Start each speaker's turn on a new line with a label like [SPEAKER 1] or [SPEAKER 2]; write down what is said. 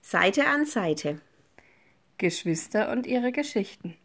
[SPEAKER 1] Seite an Seite.
[SPEAKER 2] Geschwister und ihre Geschichten.